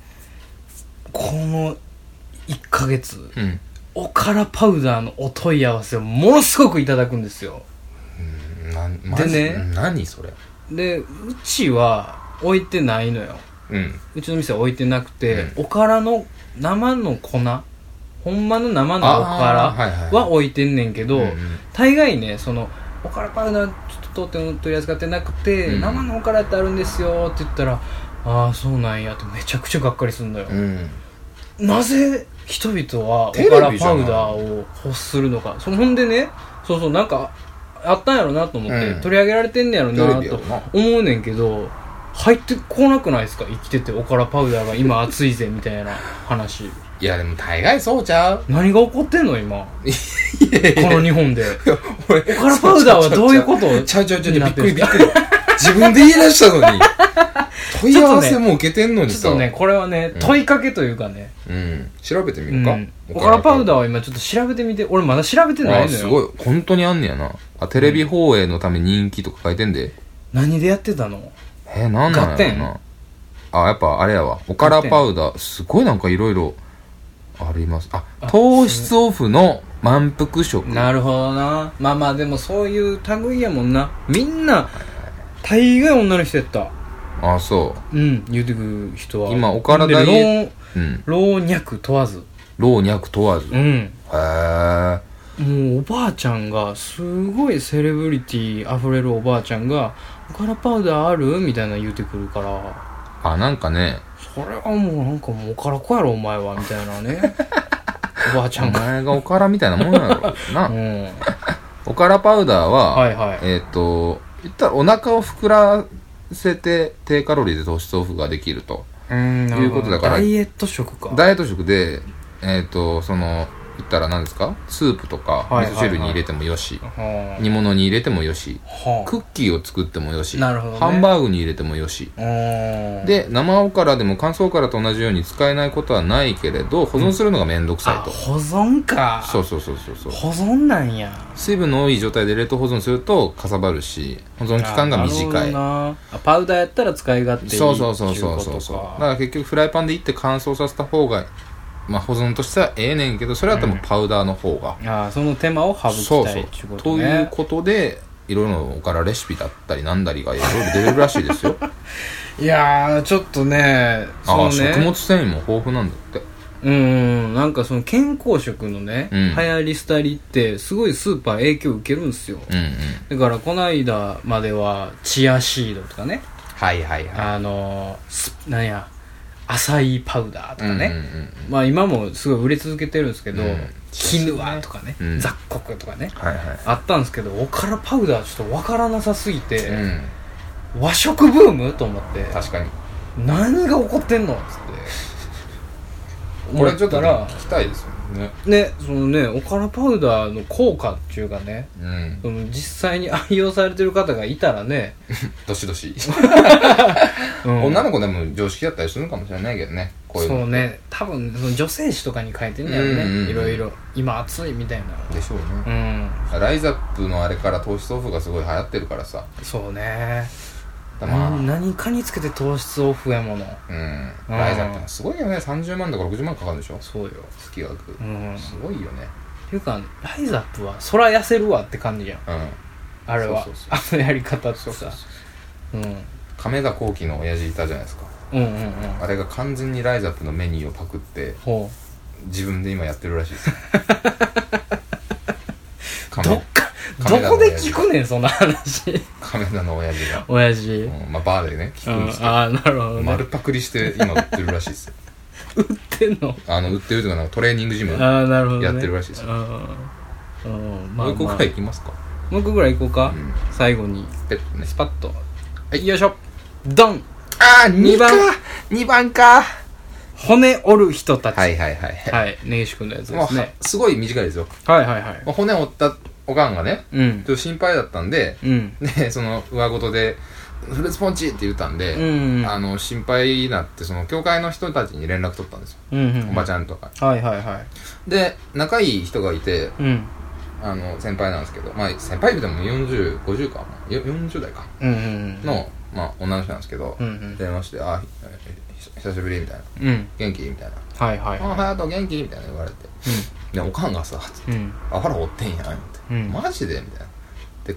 A: この1ヶ月
B: うん
A: おからパウダーのお問い合わせをものすごくいただくんですよ
B: なんマジ
A: でね
B: 何それ
A: でうちは置いてないのよ
B: うん
A: うちの店は置いてなくて、おからの生の粉ほんまの生のお
B: あーはいはい
A: からは置いてんねんけど、
B: うんうん
A: 大概ねそのおからパウダーちょっと当店取り扱ってなくて、
B: うん
A: 生のおからってあるんですよって言ったらああそうなんやってめちゃくちゃがっかりするのよ、
B: うん
A: なぜ人々はお
B: テレビじ
A: か
B: ゃな
A: ら
B: い
A: パウダーを欲するのかそのほんでねそうそうなんかあったんやろなと思って、
B: うん
A: 取り上げられてんねやろ
B: テレ
A: な
B: ビや
A: と
B: ろな
A: 思うねんけど入ってこなくないですか生きてておからパウダーが今熱いぜみたいな話
B: いやでも大概そうちゃう
A: 何が起こってんの [laughs] 今この日本で
B: 俺
A: おからパウダーはどういうこと
B: ちゃうちゃうちゃうちゃうびっくり
A: に
B: び
A: な
B: っくり自分で言い出したのに問い合わせも受けてんのに
A: ちょっ
B: さ
A: とねこれはね問いかけというかね、
B: うん調べてみ
A: う
B: るか
A: ん、おからパウダーは今ちょっと調べてみて俺まだ調べてないのよ
B: あすごい本当にあんねやなあテレビ放映のため人気とか書いてんで
A: 何でやってたの
B: えなんなんやろ
A: 合
B: なあやっぱあれやわおからパウダーすごいなんかいろいろありますあ
A: あ
B: 糖質オフの満腹食
A: なるほどなまあまあでもそういう類やもんなみんな大概女の人やった
B: あそ
A: うん言うてく人は
B: 今お体
A: で
B: ダイ
A: 老
B: ううん
A: 老若問わず
B: 老若問わず
A: う
B: へ
A: ん
B: え
A: もうおばあちゃんがすごいセレブリティ溢れるおばあちゃんが「おからパウダーある?」みたいな言うてくるから
B: あなんかね
A: それはもうなんかもうおからこやろお前はみたいなね
B: [laughs]
A: おばあちゃ
B: お
A: んが
B: 前がおからみたいなもんやろうけど
A: [laughs] う
B: なん
A: は
B: おからパウダーは、
A: いはい
B: えっ、と言ったらお腹を膨らせて低カロリーで糖質オフができると
A: うんなるほど
B: いうことだから
A: ダイエット食か
B: ダイエット食でえっ、とその言ったら何ですかスープとか
A: はいはいはい
B: 味噌汁に入れてもよし、
A: は
B: 煮物に入れてもよし
A: あはあ
B: クッキーを作ってもよし、
A: なるほどね
B: ハンバーグに入れてもよし
A: うーん
B: で生おからでも乾燥おからと同じように使えないことはないけれど保存するのがめんどく
A: あ
B: さいと、
A: 保存か
B: そうそうそうそうそう
A: 保存なんや
B: 水分の多い状態で冷凍保存するとかさばるし保存期間が
A: あなる
B: 短
A: ほど
B: い
A: なあパウダーやったら使い勝手いい
B: そうそうそうそうそうそうだ
A: っていうことから
B: か結局フライパンでいって乾燥させた方がまあ保存としてはええねんけどそれだったらもうパウダーの方が、
A: あーその手間を省き
B: そう
A: た
B: そ
A: いうっていうことと
B: いう
A: ね
B: ことでいろいろおからレシピだったりなんだりがいろいろ出れるらしいで
A: [laughs]
B: すよ
A: いやーちょっとねそ
B: あ
A: の
B: あ、
A: ね
B: 食物繊維も豊富なんだって
A: うんうんなんかその健康食のね、
B: う
A: 流
B: ん
A: 行り廃りってすごいスーパー影響受けるんですよ
B: うんう
A: だ
B: ん
A: からこの間まではチアシードとかね
B: はいはいい
A: あのーすなんやアサイーパウダーとかね、
B: うんうんうん
A: まあ今もすごい売れ続けてるんですけど、
B: うん
A: キヌアとかね、
B: うん
A: 雑穀とかね
B: はいはい
A: あったんですけどおからパウダーちょっとわからなさすぎて、
B: うん
A: 和食ブームと思って
B: 確かに
A: 何が起こってんのっつって
B: [laughs] これちょっとね
A: 思たら
B: 聞きたいですよね
A: ねそのねおからパウダーの効果っていうかね
B: うん
A: その実際に愛用されてる方がいたらね、
B: どしどし
A: うん
B: 女の子でも常識だったりするのかもしれないけどねこういう
A: そ
B: の
A: うね多分その女性誌とかに書いてんだよ
B: うんうんうん
A: ねいろいろ今暑いみたいな
B: でしょうね、
A: うん
B: ライザップのあれから糖質オフがすごい流行ってるからさ
A: そうね、
B: だまあ、う
A: うんん何かにつけて糖質オフやもの
B: ライザップもすごいよね30万とか60万かかるんでしょ
A: そうよ
B: 月額、
A: うんっ
B: すごいよね
A: ていうかライザップはそら痩せるわって感じやん
B: うん
A: あれは
B: そうそ
A: あ
B: う
A: のやり方って
B: そうそう
A: さ
B: そう
A: うんうん
B: 亀田光輝の親父いたじゃないですか
A: うんうん
B: あれが完全にライザップのメニューをパクって
A: ほ
B: 自分で今やってるらしいです
A: [laughs] う
B: 亀
A: どっかど
B: 亀田の
A: こ
B: 親
A: で
B: 父
A: 聞くねんその
B: [laughs]
A: 話
B: 亀田の親父が、
A: 親父、うん、
B: うんまあ、バーでね聞くんですけど
A: ああなるほどね
B: 丸パクリして今売ってるらしいですよ
A: 売ってんの
B: あの売ってるというかなんかトレーニングジム
A: ああなるほど、ね、
B: やってるらしいですよ
A: うんうんまあ
B: もう一個
A: まあ
B: くらい行きますか
A: もう一個ぐらい行こうか、
B: うん
A: 最後に
B: ペットね
A: スパッと
B: はいよいしょ
A: ドン
B: ああ
A: 二番
B: 2番か
A: 骨折る人たち
B: はいはいはい
A: はい根岸君のやつ
B: も
A: で
B: う
A: すね
B: すごい短いですよ
A: はいはいはい
B: まあ骨折ったおかんがね
A: う
B: ちょ
A: ん
B: っと心配だったんで
A: うん
B: でその上ごとでフルーツポンチって言ったんで、
A: うん
B: あの心配になってその教会の人たちに連絡取ったんですよ、
A: うんうん
B: おばちゃんとか
A: はいはいはい
B: で仲いい人がいて
A: うん
B: あの先輩なんですけどまあ先輩でも4050かよ40代か
A: うんうん
B: の、まあ、女の人なんですけど、
A: うんうん
B: 電話して「あひひ久しぶり」みたいな
A: うんうん
B: 「元気?」みたいな「
A: はいはい
B: あ
A: は
B: 隼人元気?」みたいな言われてでおかんがさつって
A: いうん
B: 「あほらおってんや」言って「
A: うん
B: マジで?」みたいな「で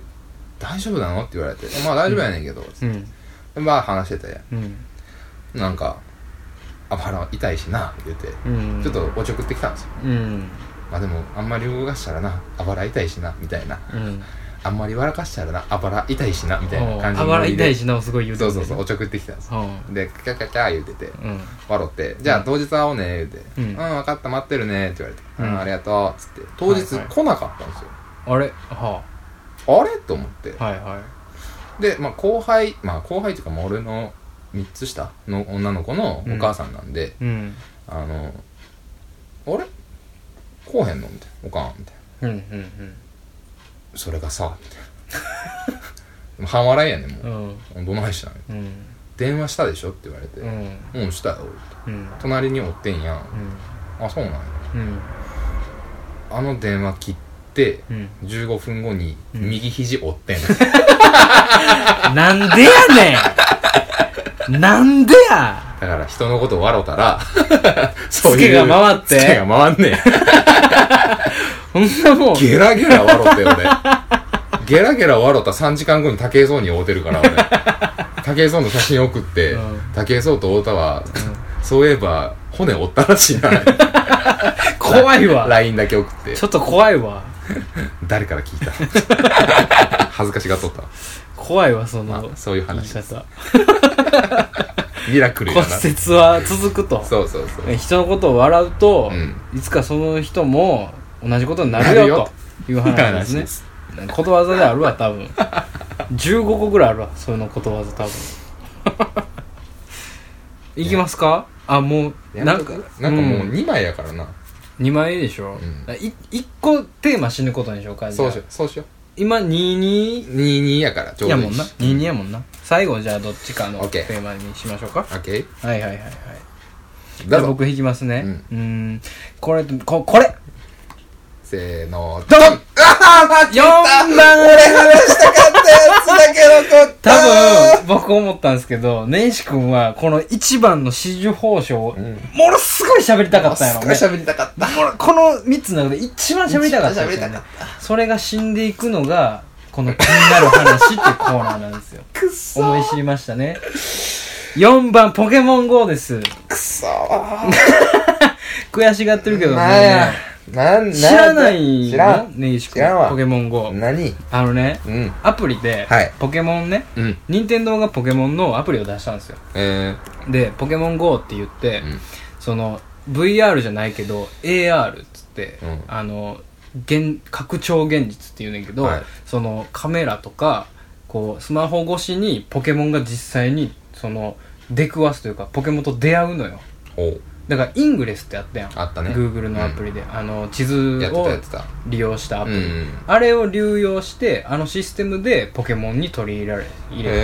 B: 大丈夫なの?」って言われて「まあ大丈夫やねんけど」つって
A: うん
B: でまあ話してて
A: うん
B: なんか「あ腹痛いしな」言って
A: うん
B: ちょっとおちょくってきたんですよ
A: うん
B: まあでもあんまり動かしたらなあばら痛いしなみたいな
A: うん
B: あんまり笑かしたらなあばら痛いしなみたいな感じ
A: あ
B: の
A: ばら
B: ノリで
A: 痛いしなもすごい言
B: そうそうそう
A: う
B: おちょくってきたんですよ
A: う
B: でキャキャキャ言うてて
A: ん
B: 笑って「じゃあ当日会おうね」言うて「う
A: うんん
B: 分かった待ってるね」って言われて「う、
A: うんん
B: ありがとう」っつって当
A: は
B: 日
A: いはい
B: 来なかったんですよ、
A: あれは
B: あれと思って
A: あはいはい
B: で、まあ、後輩まあ後輩っていうか、まあ、俺の3つ下の女の子のお母さんなんで、
A: うん
B: あの「あれ来へんの?」みたいな「おかん」みたいな
A: うんうん
B: 「それがさ」みたいな [laughs] でも半笑いやねんも
A: う
B: う、
A: ん
B: どないしたん
A: うんうん
B: 電話したでしょって言われて
A: う
B: 「
A: ん
B: うんしたよ」
A: うん
B: 隣におってんやん「あそうなんや」
A: うん
B: あの電話切って、
A: うん
B: 15分後に
A: うん
B: 右肘折ってん、
A: なんでやねんなんでや
B: だから人のことを笑う
A: [laughs]
B: たらそ
A: ツケが回って
B: ツケが回ん
A: [laughs]
B: ねん
A: ほんなもん、
B: ゲラゲラ笑って俺ゲラゲラ笑った3時間後に武井壮に会うてるから俺
A: [laughs]
B: 武井壮の写真送って、
A: うん
B: 武井壮と太田は、そういえば骨折ったらしいな
A: 怖いわ。
B: LINE だけ送って
A: ちょっと怖いわ。
B: 誰から聞い
A: [laughs]
B: た恥ずかしがっとった、
A: 怖いわ、そ
B: ま
A: の
B: あ、、そういう
A: 言い
B: 話
A: 方。
B: ミラクルや
A: 骨
B: な
A: 折は続くと。
B: そうそうそう
A: 人のことを笑うと、
B: う
A: いつかその人も同じことになる
B: なるよ
A: よという話ですね。ことわざであるわ、多分。15個ぐらいあるわ、そのことわざ
B: [laughs]
A: 多分。いきますかあ、もう、
B: な
A: なんん
B: か
A: か、
B: なんかもう
A: うん
B: 2枚やからな、
A: 2枚でしょ、
B: ん
A: い1個テーマ死ぬことにしようかじゃ
B: そ
A: あ
B: うしようそうしよ
A: 今22
B: う22やからちょう
A: や
B: どいい
A: もんな22やもんな最後じゃあどっちかの
B: オッケ
A: テ
B: ー
A: ーマにしましょうか
B: オッケー
A: はいはいはいはいじ
B: だ
A: ゃあ
B: ぞ
A: 僕引きますねうーんこれここれ
B: せーの
A: ドン
B: あー待っ
A: 4番
B: て話したかったやつだけ残った
A: 多分僕思ったんですけど年始君はこの1番の紫綬褒章を
B: ん
A: ものすごい喋りたかったんやろね
B: すごい喋りたかった
A: この3つの中で一番喋りたかったんですよ
B: 一番喋り
A: ね
B: たか
A: それが死んでいくのがこの気になる話っていうコーナーなんですよ
B: [laughs] くっそ
A: 思い知りましたね4番ポケモン GO です
B: くそ
A: 悔しがってるけども
B: なんや
A: ね
B: なん
A: 知らない
B: 知ら
A: の
B: ん
A: ね石
B: 知らん
A: 君
B: わ
A: ポケモン GO
B: 何
A: あのね
B: うん
A: アプリで
B: はい
A: ポケモンね
B: うん
A: 任天堂がポケモンのアプリを出したんですよ
B: え
A: で「ポケモン GO」って言って、
B: うん
A: その VR じゃないけど AR っつって、
B: うん
A: あの現拡張現実って言うねんけど、
B: はい
A: そのカメラとかこうスマホ越しにポケモンが実際にその出くわすというかポケモンと出会うのよ
B: おう
A: だからイングレスってあったやん
B: あったね
A: Google のアプリで、あの地図
B: やって
A: を
B: たやってた
A: 利用したアプリ、
B: うんうん
A: あれを流用してあのシステムでポケモンに取り入れられ入れて、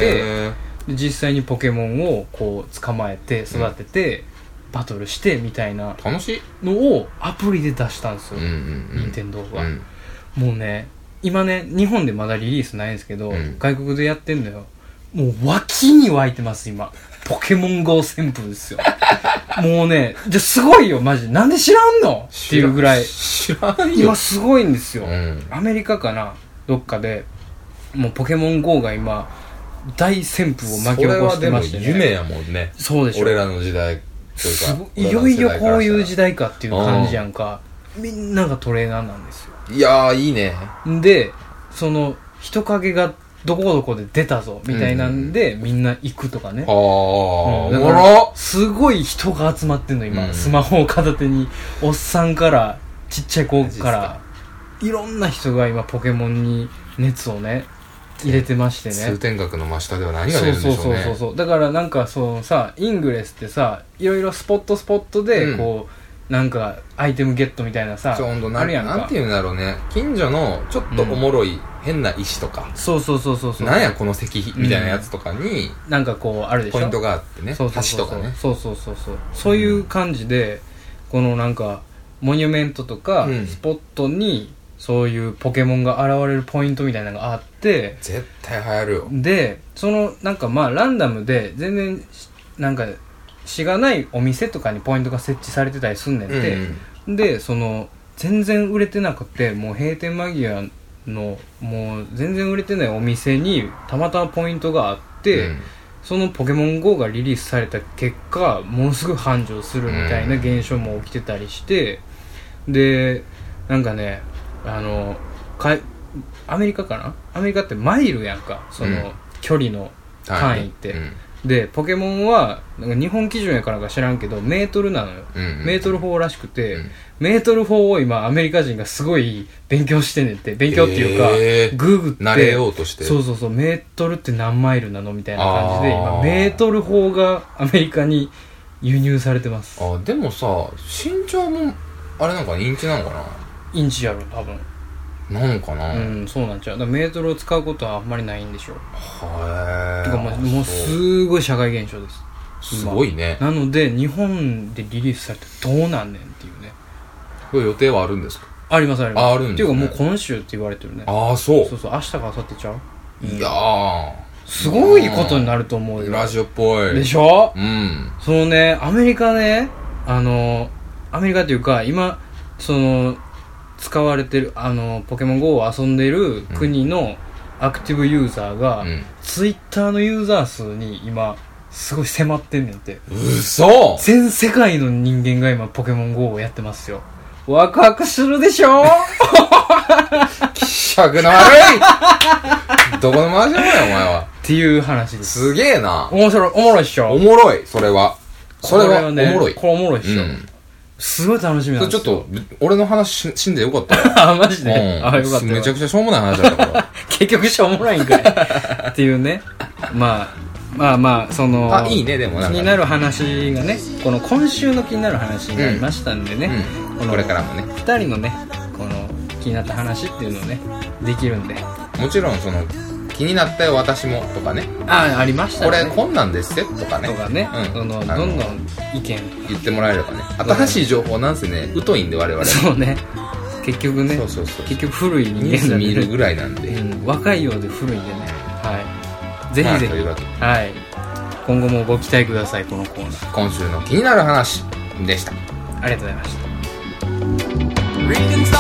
B: え
A: で実際にポケモンをこう捕まえて育てて、バトルしてみたいな
B: ー楽しい
A: のをアプリで出したんです
B: う
A: よ、
B: んうんうん
A: 任天堂
B: う
A: が、
B: ん
A: もうね今ね日本でまだリリースないんですけど、
B: うん
A: 外国でやってんのよもう脇に湧いてます今ポケモン GO 旋風です
B: [laughs]
A: よもうねじゃあすごいよマジなんで知らんのっていうぐらい
B: 知らんよ
A: 今すごいんですよ、
B: うん
A: アメリカかなどっかでもうポケモン GO が今大旋風を巻き
B: それ
A: 起こ
B: は
A: して
B: で
A: ま
B: も
A: してね
B: 夢やもんね
A: そうでしょ
B: 俺らの時代というか
A: すごいいよいよこういう時
B: 代
A: 代かっていう感じやんかみんながトレーナーなんですよ
B: いやーいいね
A: でその人影がどこどこで出たぞみたいなんで、みんな行くとかね
B: ああ
A: うん
B: おも
A: だから
B: ろ
A: すごい人が集まってんの今、
B: うん
A: スマホを片手におっさんからちっちゃい子
B: マジっす
A: か
B: から
A: いろんな人が今ポケモンに熱をね入れてましてね
B: 通天閣の真下では何が出るんでしょうね
A: そうそうそうそうだからなんかそのさイングレスってさいろいろスポットスポットで
B: うん
A: こう、なんかアイテムゲットみたいなさ
B: ちょほんとな
A: あるやん
B: なん
A: か
B: ていうんだろうね近所のちょっとおもろい変な石とか
A: そうそうそうそうそう
B: なんやこの石碑みたいなやつとかに
A: なんかこうあるでしょ
B: ポイントがあってね
A: そ
B: 橋
A: うそうそう
B: とかね
A: そうそうそうそうそういう感じで、このなんかモニュメントとか、
B: うん
A: スポットにそういうポケモンが現れるポイントみたいなのがあって、
B: 絶対流行るよ
A: でそのなんかまあランダムで全然しなんかしがないお店とかにポイントが設置されてたりすんねんて、でその全然売れてなくてもう閉店間際のもう全然売れてないお店にたまたまポイントがあって、
B: うん
A: その「ポケモン GO」がリリースされた結果ものすごい繁盛するみたいな現象も起きてたりして、でなんかねあのかアメリカかなアメリカってマイルやんかその、
B: うん
A: 距離の単位って、
B: うん
A: でポケモンはなんか日本基準やからか知らんけどメートルなのよ、
B: うんうん
A: メートル法らしくて、
B: うん
A: メートル法を今アメリカ人がすごい勉強してんねんって勉強っていうか、
B: えー
A: グーグって
B: 慣れようとして
A: そうそうそうメートルって何マイルなのみたいな感じで
B: あ
A: 今
B: ー
A: メートル法がアメリカに輸入されてます
B: あでもさ身長もあれなんかなインチなのか
A: インチやろ多分
B: ななのかな、
A: うん、そうなんちゃうだからメートルを使うことはあんまりないんでしょう
B: は
A: て
B: え
A: かもうもうすごい社会現象です
B: すごいね
A: なので日本でリリースされてどうなんねんっていうね
B: これ予定はあるんですか
A: ありますあります
B: ああるん
A: っ
B: ですね
A: ていうかもう今週って言われてるね
B: ああそう
A: そうそう明日か明後日ちゃう
B: いやー
A: すごいことになると思うよ
B: ラジオっぽい
A: でしょ
B: うん
A: そのね、アメリカね、あの、アメリカというか、今、その、使われてる、あの、ポケモン GO を遊んでる国のアクティブユーザーが、
B: うん
A: ツイッターのユーザー数に今、すごい迫ってんねんて。
B: うそ
A: 全世界の人間が今、ポケモン GO をやってますよ。ワクワクするでし
B: [laughs]
A: ょ
B: 気色の悪いどこのマジでもやお前は
A: っていう話です。
B: すげえな
A: 面白い、おもろいっし
B: お
A: ょ
B: もろいそれはそれはおもろい
A: これおもろいっしょ。
B: うん
A: すごい楽しみなん
B: それ
A: で
B: ち
A: す
B: ょ
A: よ
B: っ。と俺の話し死んでよ
A: [laughs]
B: かったよ
A: あ、マジで、
B: うん
A: あ、よかったよかった。
B: めちゃくちゃしょうもない話だったから
A: 結局しょうもないんかいっていうねまあまあまあその
B: あいいねでもなんかね
A: 気になる話がねこの今週の気になる話になりましたんでね、 [laughs]
B: うん
A: の
B: これからもね
A: 2人のねこの気になった話っていうのをねできるんで
B: もちろんその気になったよ私もとかね
A: あありました
B: これ
A: ね
B: こんなんですってとかね
A: とかね、
B: うん
A: その
B: あ
A: どんどん意見
B: 言ってもらえればね新しい情報なんせね疎いんで我々
A: そうね結局ね
B: そうそうそう
A: 結局古い
B: ニ
A: 人
B: ュー
A: 間
B: ス
A: なん
B: 見
A: で、
B: る
A: ね
B: ぐら
A: [laughs]
B: いなんで、
A: うん、若いようで古いんでねはいぜ
B: まあ
A: ひぜ
B: と
A: ひ
B: いうわけで
A: はい今後もご期待くださいこのコーナー
B: 今週の気になる話でした
A: ありがとうございました
B: Reading